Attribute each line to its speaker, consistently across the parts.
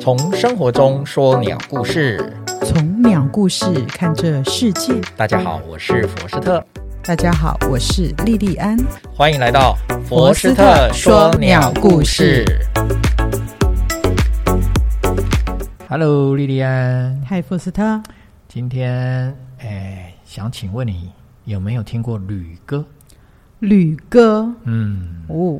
Speaker 1: 从生活中说鸟故事。
Speaker 2: 从鸟故事看这世界。
Speaker 1: 大家好，我是佛斯特，
Speaker 2: 大家好，我是莉莉安。
Speaker 1: 欢迎来到
Speaker 2: 佛斯特说鸟故事。
Speaker 1: Hello，莉莉安，
Speaker 2: 嗨，福斯特，
Speaker 1: 今天哎，想请问你有没有听过旅歌？
Speaker 2: 旅歌
Speaker 1: 嗯，
Speaker 2: 哦，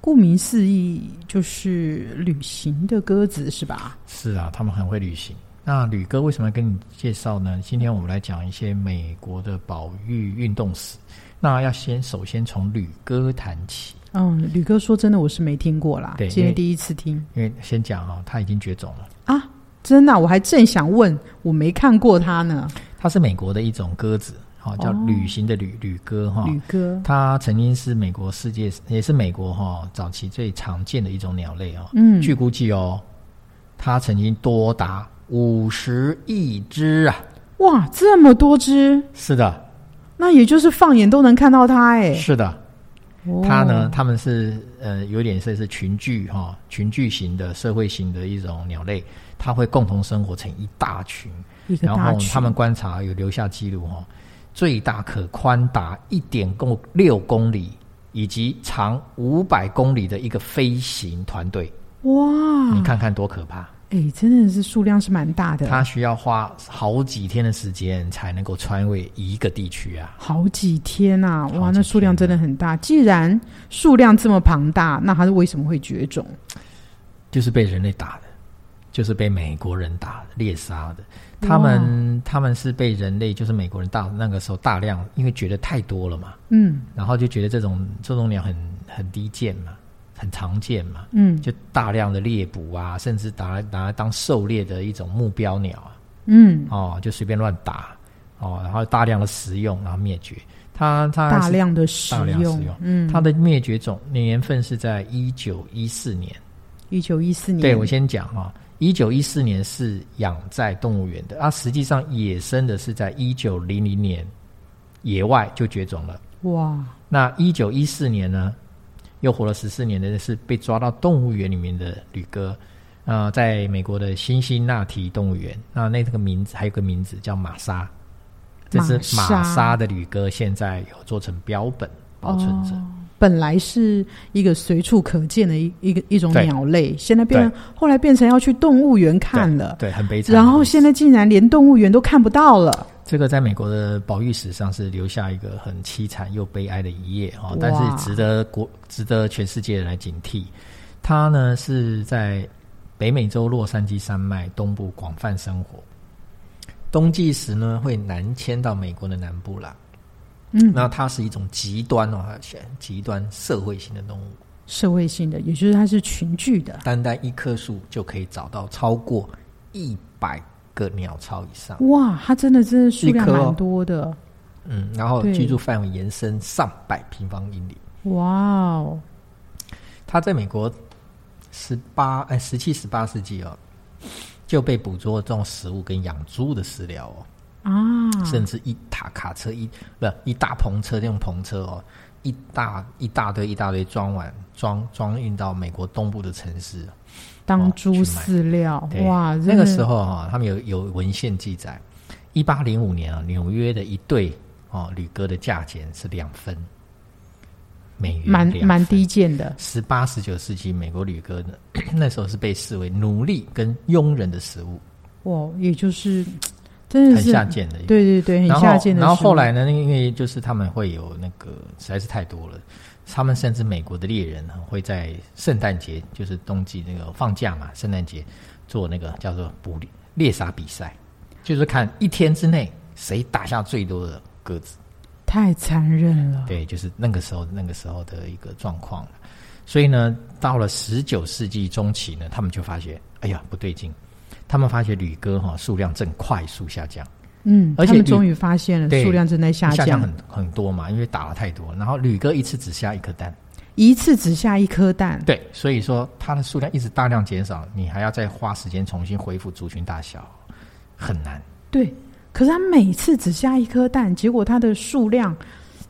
Speaker 2: 顾名思义就是旅行的鸽子是吧？
Speaker 1: 是啊，他们很会旅行。那旅哥为什么要跟你介绍呢？今天我们来讲一些美国的保育运动史。那要先首先从旅哥谈起，
Speaker 2: 嗯，旅歌说真的我是没听过啦，
Speaker 1: 对
Speaker 2: 今
Speaker 1: 因为
Speaker 2: 天第一次听
Speaker 1: 因为先讲哦，他已经绝种了。
Speaker 2: 啊，真的啊、我还正想问，我没看过它呢。
Speaker 1: 它是美国的一种鸽子，哈、叫
Speaker 2: 哦
Speaker 1: 旅行的旅旅鸽哈。
Speaker 2: 旅歌，
Speaker 1: 它曾经是美国世界也是美国哈、早期最常见的一种鸟类哦。
Speaker 2: 嗯，
Speaker 1: 据估计哦，它曾经多达五十亿只啊！
Speaker 2: 哇，这么多只，
Speaker 1: 是的，
Speaker 2: 那也就是放眼都能看到它哎、
Speaker 1: 是的。
Speaker 2: 哦
Speaker 1: 它呢，它们是呃有点算是群聚哈、群聚型的社会型的一种鸟类，它会共同生活成一大群，
Speaker 2: 一个
Speaker 1: 然
Speaker 2: 大
Speaker 1: 后
Speaker 2: 群，
Speaker 1: 他们观察有留下记录哈、最大可宽达一点公六公里，以及长五百公里的一个飞行团队，
Speaker 2: 哇，
Speaker 1: 你看看多可怕！
Speaker 2: 哎、真的是数量是蛮大的，
Speaker 1: 它需要花好几天的时间才能够穿越一个地区啊。
Speaker 2: 好几天啊！
Speaker 1: 好
Speaker 2: 哇，
Speaker 1: 几
Speaker 2: 那数量真的很大。既然数量这么庞大，那它是为什么会绝种？
Speaker 1: 就是被人类打的，就是被美国人打的猎杀的。他们他们是被人类，就是美国人大那个时候大量，因为觉得太多了嘛，
Speaker 2: 嗯
Speaker 1: 然后就觉得这种这种鸟很很低贱嘛，很常见嘛，
Speaker 2: 嗯
Speaker 1: 就大量的猎捕啊，甚至拿来拿来当狩猎的一种目标鸟啊，
Speaker 2: 嗯，
Speaker 1: 哦，就随便乱打哦，然后大量的食用，然后灭绝。它它
Speaker 2: 大量的使
Speaker 1: 大量使
Speaker 2: 用
Speaker 1: 用，
Speaker 2: 嗯，
Speaker 1: 它的灭绝种年份是在一九一四年。
Speaker 2: 一九一四年，
Speaker 1: 对我先讲哈、1一九一四年是养在动物园的，啊，实际上野生的是在一九零零年野外就绝种了。
Speaker 2: 哇，
Speaker 1: 那一九一四年呢，又活了十四年的是被抓到动物园里面的旅哥，呃，在美国的辛辛那提动物园，那那这个名字还有个名字叫玛莎，这是
Speaker 2: 玛莎
Speaker 1: 玛莎的旅哥，现在有做成标本保存着。
Speaker 2: 哦本来是一个随处可见的一一个一种
Speaker 1: 对
Speaker 2: 鸟类，现在变成后来变成要去动物园看了，
Speaker 1: 对，很悲惨的意思。
Speaker 2: 然后现在竟然连动物园都看不到了。
Speaker 1: 这个在美国的保育史上是留下一个很凄惨又悲哀的一页哦
Speaker 2: 哇，
Speaker 1: 但是值得国值得全世界人来警惕。它呢是在北美洲洛杉矶山脉东部广泛生活，冬季时呢会南迁到美国的南部啦。
Speaker 2: 嗯，
Speaker 1: 那它是一种极端哦，它选极端社会性的动物，
Speaker 2: 社会性的，也就是它是群聚的，
Speaker 1: 单单一棵树就可以找到超过一百个鸟巢以上。
Speaker 2: 哇，它真的真的数量
Speaker 1: 一颗哦
Speaker 2: 蛮多的。
Speaker 1: 嗯，然后
Speaker 2: 对
Speaker 1: 居住范围延伸上百平方英里。
Speaker 2: 哇哦，
Speaker 1: 它在美国十八哎十七十八世纪哦，就被捕捉这种食物跟养猪的饲料哦，
Speaker 2: 啊，
Speaker 1: 甚至一塔卡车一不是一大篷车那种篷车哦，一大一大堆一大堆装完装装运到美国东部的城市。
Speaker 2: 当
Speaker 1: 哦
Speaker 2: 猪
Speaker 1: 去买
Speaker 2: 饲料，
Speaker 1: 对
Speaker 2: 哇，
Speaker 1: 那个时
Speaker 2: 候
Speaker 1: 候哈、他们有有文献记载，一八零五年啊，纽约的一对哦旅哥的价钱是两分美元，
Speaker 2: 蛮
Speaker 1: 两
Speaker 2: 蛮
Speaker 1: 分
Speaker 2: 低贱的，
Speaker 1: 十八、十九世纪美国旅客呢， 那时候是被视为奴隶跟佣人的食物，
Speaker 2: 哇，也就是真的
Speaker 1: 很
Speaker 2: 是，
Speaker 1: 下贱的。
Speaker 2: 对对对，很
Speaker 1: 然后
Speaker 2: 下贱的食物。
Speaker 1: 然后后来呢，因为就是他们会有那个实在是太多了，他们甚至美国的猎人呢会在圣诞节，就是冬季那个放假嘛，圣诞节做那个叫做捕猎猎杀比赛，就是看一天之内谁打下最多的鸽子。
Speaker 2: 太残忍了，
Speaker 1: 对，就是那个时候那个时候的一个状况了所以呢，到了十九世纪中期呢，他们就发觉，哎呀不对劲，他们发觉旅鸽哈、数量正快速下降，
Speaker 2: 嗯，
Speaker 1: 而且
Speaker 2: 他们
Speaker 1: 你
Speaker 2: 终于发现了
Speaker 1: 对
Speaker 2: 数量正在下
Speaker 1: 下
Speaker 2: 降，
Speaker 1: 很很多嘛，因为打了太多，然后旅鸽一次只下一颗蛋，
Speaker 2: 一次只下一颗蛋，
Speaker 1: 对，所以说它的数量一直大量减少，你还要再花时间重新恢复族群大小，很难。
Speaker 2: 对，可是它每次只下一颗蛋，结果它的数量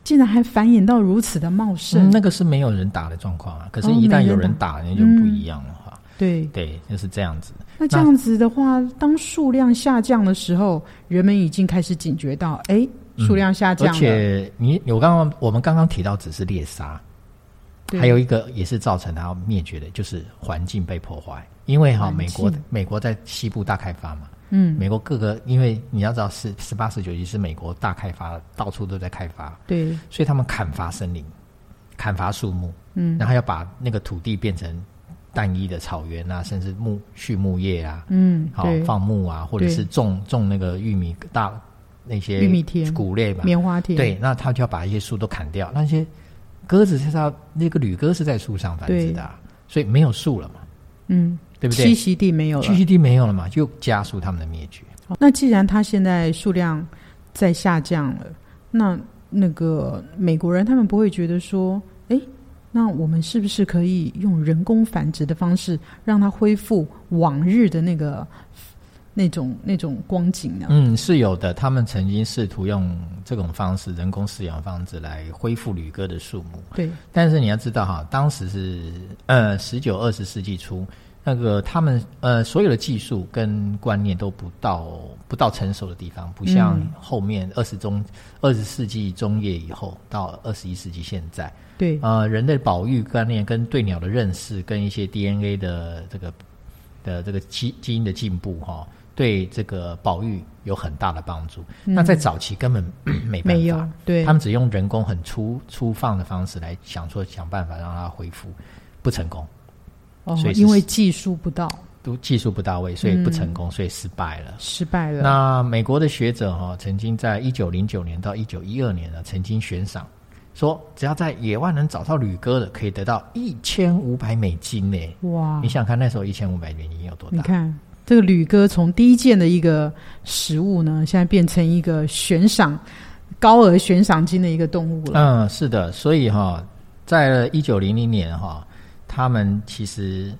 Speaker 2: 竟然还繁衍到如此的茂
Speaker 1: 嗯
Speaker 2: 盛，
Speaker 1: 那个是没有人打的状况啊，可是，
Speaker 2: 哦
Speaker 1: 一旦
Speaker 2: 没人嗯
Speaker 1: 有人打，那就不一样了哈。
Speaker 2: 对，
Speaker 1: 对，就是这样子。
Speaker 2: 那这样子的话，当数量下降的时候，人们已经开始警觉到，哎，数量下
Speaker 1: 嗯
Speaker 2: 降
Speaker 1: 而
Speaker 2: 了，
Speaker 1: 且你我刚刚我们刚刚提到只是猎杀，
Speaker 2: 对
Speaker 1: 还有一个也是造成它灭绝的，就是环境被破坏。因为哈、
Speaker 2: 环境
Speaker 1: 美国美国在西部大开发嘛，
Speaker 2: 嗯，
Speaker 1: 美国各个因为你要知道十十八十九世纪是美国大开发，到处都在开发，
Speaker 2: 对，
Speaker 1: 所以他们砍伐森林，砍伐树木，
Speaker 2: 嗯，
Speaker 1: 然后要把那个土地变成单一的草原啊，甚至木畜牧业啊，
Speaker 2: 嗯，
Speaker 1: 好、
Speaker 2: 对，
Speaker 1: 放牧啊，或者
Speaker 2: 对
Speaker 1: 是种种那个玉米大那些
Speaker 2: 玉米田
Speaker 1: 谷类吧，
Speaker 2: 棉花田，
Speaker 1: 对，那他就要把一些树都砍掉，那些鸽子是它那个旅鸽是在树上繁殖的啊、所以没有树了嘛，
Speaker 2: 嗯，
Speaker 1: 对不
Speaker 2: 栖
Speaker 1: 对？
Speaker 2: 息地没有了
Speaker 1: 栖。息地没有了嘛，就加速它们的灭绝。
Speaker 2: 好那既然它现在数量在下降了，那那个美国人他们不会觉得说，哎，那我们是不是可以用人工繁殖的方式，让它恢复往日的那个那种那种光景呢？
Speaker 1: 嗯，是有的，他们曾经试图用这种方式，人工饲养方式来恢复旅鸽的数目，
Speaker 2: 对，
Speaker 1: 但是你要知道哈，当时是呃十九二十世纪初，那个他们呃所有的技术跟观念都不到不到成熟的地方，不像
Speaker 2: 嗯
Speaker 1: 后面二十中二十世纪中叶以后到二十一世纪现在，
Speaker 2: 对，
Speaker 1: 呃人的保育观念跟对鸟的认识跟一些 DNA 的这个的这个基基因的进步哈、对这个保育有很大的帮助。那在早期根本 没办法，
Speaker 2: 嗯没有，对
Speaker 1: 他，们只用人工很粗粗放的方式来想说想办法让它恢复，不成功，
Speaker 2: 哦
Speaker 1: 所以，是
Speaker 2: 因为技术不到，
Speaker 1: 都技术不到位，所以不成功，所以失败了。
Speaker 2: 失败了。
Speaker 1: 那美国的学者哈、曾经在一九零九年到一九一二年呢，曾经悬赏说，只要在野外能找到旅鸽的，可以得到一千五百美金呢。
Speaker 2: 哇
Speaker 1: 你，想想看那时候一千五百美金有多
Speaker 2: 你
Speaker 1: 大？
Speaker 2: 看这个吕哥从第一件的一个食物呢，现在变成一个悬赏高额悬赏金的一个动物了。
Speaker 1: 嗯，是的，所以哈、在一九零零年哈、他们其实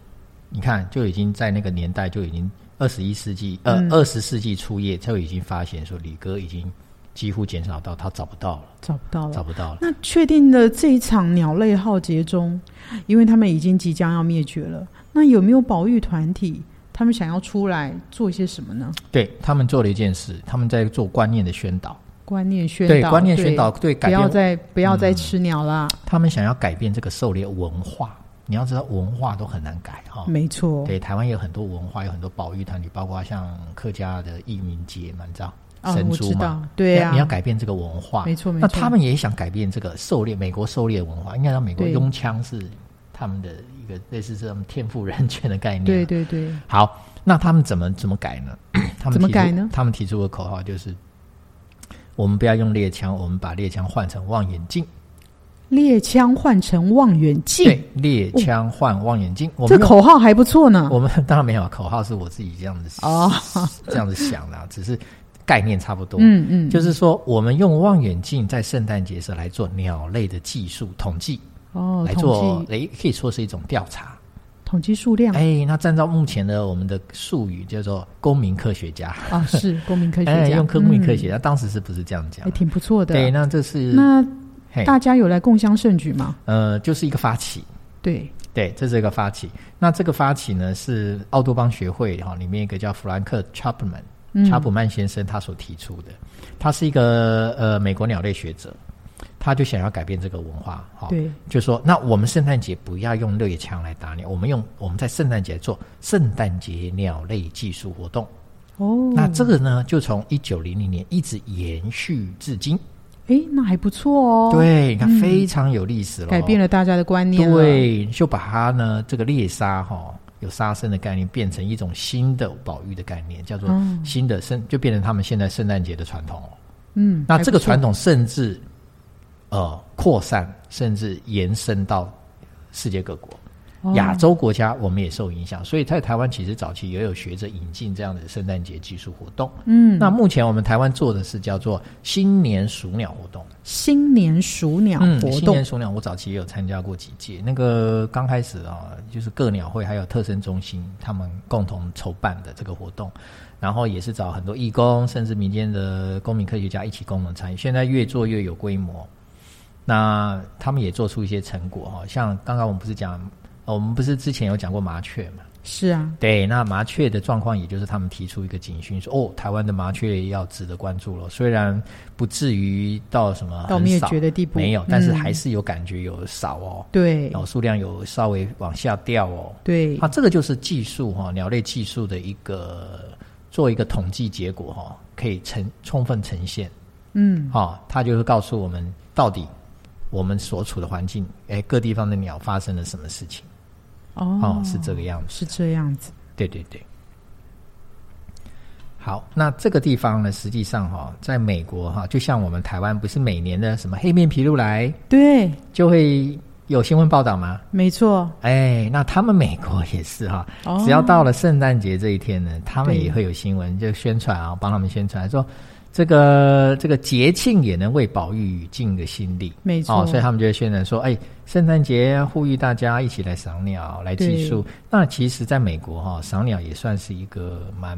Speaker 1: 你看就已经在那个年代就已经二十一世纪呃
Speaker 2: 嗯
Speaker 1: 二十、世纪初叶就已经发现说李哥已经几乎减少到他找不到了，
Speaker 2: 找不到
Speaker 1: 找
Speaker 2: 了。
Speaker 1: 不到了。
Speaker 2: 那确定了这一场鸟类浩劫中，因为他们已经即将要灭绝了，那有没有保育团体？他们想要出来做些什么呢？
Speaker 1: 对他们做了一件事，他们在做观念的宣导，
Speaker 2: 观念宣导，
Speaker 1: 对观念宣导，对
Speaker 2: 对，不
Speaker 1: 改
Speaker 2: 要
Speaker 1: 变，嗯
Speaker 2: 再不要再吃鸟啦。
Speaker 1: 他们想要改变这个狩猎文化。你要知道，文化都很难改哈、
Speaker 2: 没错，
Speaker 1: 哦对，台湾有很多文化，有很多保育团体，包括像客家的义民节嘛，你知道
Speaker 2: 啊，
Speaker 1: 神
Speaker 2: 我
Speaker 1: 猪
Speaker 2: 知
Speaker 1: 嘛，
Speaker 2: 道，对
Speaker 1: 你
Speaker 2: 啊，
Speaker 1: 要你要改变这个文化，
Speaker 2: 没错没
Speaker 1: 那
Speaker 2: 错。
Speaker 1: 他们也想改变这个狩猎，美国狩猎文化，应该让美国
Speaker 2: 对
Speaker 1: 拥枪是他们的一个类似这种天赋人权的概念。啊
Speaker 2: 对对对，
Speaker 1: 好，那他们怎么怎么改 呢？他们
Speaker 2: 怎么
Speaker 1: 提出
Speaker 2: 改呢
Speaker 1: 他们提出的口号就是：我们不要用猎枪，我们把猎枪换成望远镜。
Speaker 2: 猎枪换成望远镜，哦
Speaker 1: 对，猎枪换望远镜。我
Speaker 2: 这
Speaker 1: 们用
Speaker 2: 口号还不错 呢。
Speaker 1: 我们当然没有口号，是我自己这样子
Speaker 2: 哦，
Speaker 1: 这样子想的啊，只是概念差不多。
Speaker 2: 嗯嗯，
Speaker 1: 就是说，我们用望远镜在圣诞节时来做鸟类的技术统计，
Speaker 2: 哦，
Speaker 1: 来做
Speaker 2: 统计
Speaker 1: 诶，可以说是一种调查。
Speaker 2: 统计数量
Speaker 1: 哎，那按照目前的我们的术语叫做公民科学家，
Speaker 2: 啊， 是公民科学
Speaker 1: 哎，
Speaker 2: 家，
Speaker 1: 用公民科学
Speaker 2: 嗯
Speaker 1: 家，当时是不是这样讲
Speaker 2: 也？挺不错的。
Speaker 1: 对，那这是哎
Speaker 2: 那
Speaker 1: 嘿
Speaker 2: 大家有来共襄盛举吗？
Speaker 1: 呃，就是一个发起。
Speaker 2: 对，
Speaker 1: 对，这是一个发起。那这个发起呢，是奥多邦学会哈、里面一个叫弗兰克·查普曼、
Speaker 2: 嗯
Speaker 1: 查普曼先生他所提出的。他是一个呃美国鸟类学者，他就想要改变这个文化。哈、
Speaker 2: 对，
Speaker 1: 就说那我们圣诞节不要用猎枪来打鸟，我们用我们在圣诞节做圣诞节鸟类技术活动。
Speaker 2: 哦，
Speaker 1: 那这个呢，就从一九零零年一直延续至今。
Speaker 2: 哎，那还不错哦，，嗯
Speaker 1: 对，你看非常有历史了、
Speaker 2: 改变了大家的观念，，
Speaker 1: 对，就把它呢这个猎杀哈、有杀生的概念，变成一种新的保育的概念，叫做
Speaker 2: 嗯
Speaker 1: 新的圣，就变成他们现在圣诞节的传统哦。
Speaker 2: 嗯，
Speaker 1: 那这个传
Speaker 2: 统
Speaker 1: 统甚至呃扩散，甚至延伸到世界各国。
Speaker 2: 哦
Speaker 1: 亚洲国家我们也受影响，所以在台湾其实早期也有学者引进这样的圣诞节技术活动。
Speaker 2: 嗯，
Speaker 1: 那目前我们台湾做的是叫做新年数鸟活动。
Speaker 2: 新年数鸟
Speaker 1: 嗯、
Speaker 2: 活
Speaker 1: 新
Speaker 2: 动
Speaker 1: 年，数鸟我早期也有参加过几届。那个刚开始啊，就是各鸟会还有特生中心他们共同筹办的这个活动，然后也是找很多义工，甚至民间的公民科学家一起共同参与。现在越做越有规模，那哦他们也做出一些成果哈、像刚刚我们不是讲，呃我们不是之前有讲过麻雀嘛？
Speaker 2: 是啊，
Speaker 1: 对，那麻雀的状况，也就是他们提出一个警讯，说哦，台湾的麻雀要值得关注了。虽然不至于到什么
Speaker 2: 到
Speaker 1: 啊很
Speaker 2: 灭
Speaker 1: 少
Speaker 2: 绝的地步
Speaker 1: 没有，但是
Speaker 2: 嗯
Speaker 1: 还是有感觉有少哦，
Speaker 2: 对
Speaker 1: 然后数量有稍微往下掉哦。
Speaker 2: 对
Speaker 1: 啊，这个就是技术哈、鸟类技术的一个做一个统计结果哈、可以呈充分呈现。
Speaker 2: 嗯
Speaker 1: 啊、它就是告诉我们到底我们所处的环境，哎，各地方的鸟发生了什么事情。
Speaker 2: 哦
Speaker 1: 哦，是这个样子。
Speaker 2: 是这样子，
Speaker 1: 对对对。好，那这个地方呢，实际上哈、在美国哈、就像我们台湾，不是每年的什么黑面琵鹭来
Speaker 2: 对，
Speaker 1: 就会有新闻报道吗？
Speaker 2: 没错，
Speaker 1: 哎，那他们美国也是哈、
Speaker 2: 哦
Speaker 1: 只要到了圣诞节这一天呢，他们
Speaker 2: 对
Speaker 1: 也会有新闻，就宣传啊，帮他们宣传说，这个这个节庆也能为保育尽个心力，
Speaker 2: 没错
Speaker 1: 哦，所以他们就会宣传说，哎，圣诞节呼吁大家一起来赏鸟，来寄宿。那其实，在美国哈、赏鸟也算是一个蛮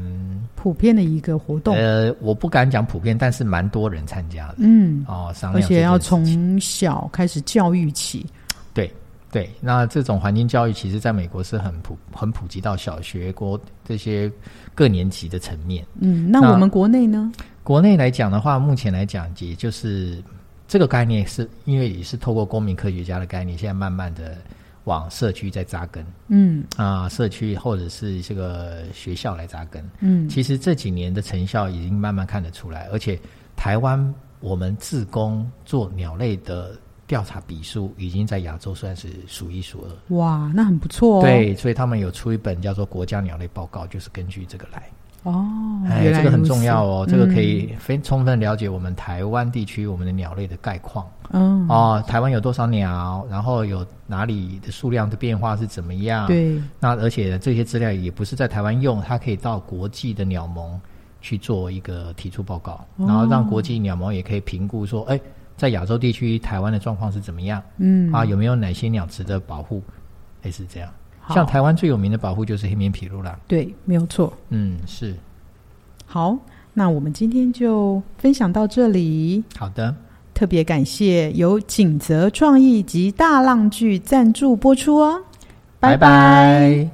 Speaker 2: 普遍的一个活动，
Speaker 1: 呃，我不敢讲普遍，但是蛮多人参加的
Speaker 2: 嗯，
Speaker 1: 哦，赏
Speaker 2: 而
Speaker 1: 鸟这件事情，
Speaker 2: 且要从小开始教育起，
Speaker 1: 对对，那这种环境教育其实在美国是很普很普及到小学、国这些各年级的层面。
Speaker 2: 嗯，那
Speaker 1: 那
Speaker 2: 我们国内呢？
Speaker 1: 国内来讲的话，目前来讲，也就是这个概念是因为也是透过公民科学家的概念，现在慢慢的往社区在扎根
Speaker 2: 嗯
Speaker 1: 啊、社区或者是这个学校来扎根。
Speaker 2: 嗯，
Speaker 1: 其实这几年的成效已经慢慢看得出来，而且台湾我们自工做鸟类的调查笔数已经在亚洲算是数一数二。
Speaker 2: 哇，那很不错哦，，
Speaker 1: 对，所以他们有出一本叫做《国家鸟类报告》，就是根据这个来。
Speaker 2: 哦，
Speaker 1: 哎，
Speaker 2: 原来
Speaker 1: 这个很
Speaker 2: 如此嗯
Speaker 1: 重要哦，这个可以非充分了解我们台湾地区我们的鸟类的概况
Speaker 2: 嗯，嗯
Speaker 1: 哦，台湾有多少鸟，然后有哪里的数量的变化是怎么样？，
Speaker 2: 对，
Speaker 1: 那而且这些资料也不是在台湾用，它可以到国际的鸟盟去做一个提出报告，
Speaker 2: 哦
Speaker 1: 然后让国际鸟盟也可以评估说，哎，在亚洲地区台湾的状况是怎么样？
Speaker 2: 嗯
Speaker 1: 啊，有没有哪些鸟值得保护？类似这样，
Speaker 2: 好
Speaker 1: 像台湾最有名的保护就是黑面琵鹭啦。
Speaker 2: 对，没有错。
Speaker 1: 嗯，是
Speaker 2: 好，那我们今天就分享到这里。
Speaker 1: 好的，
Speaker 2: 特别感谢由锦泽创意及大浪剧赞助播出哦，拜
Speaker 1: 拜拜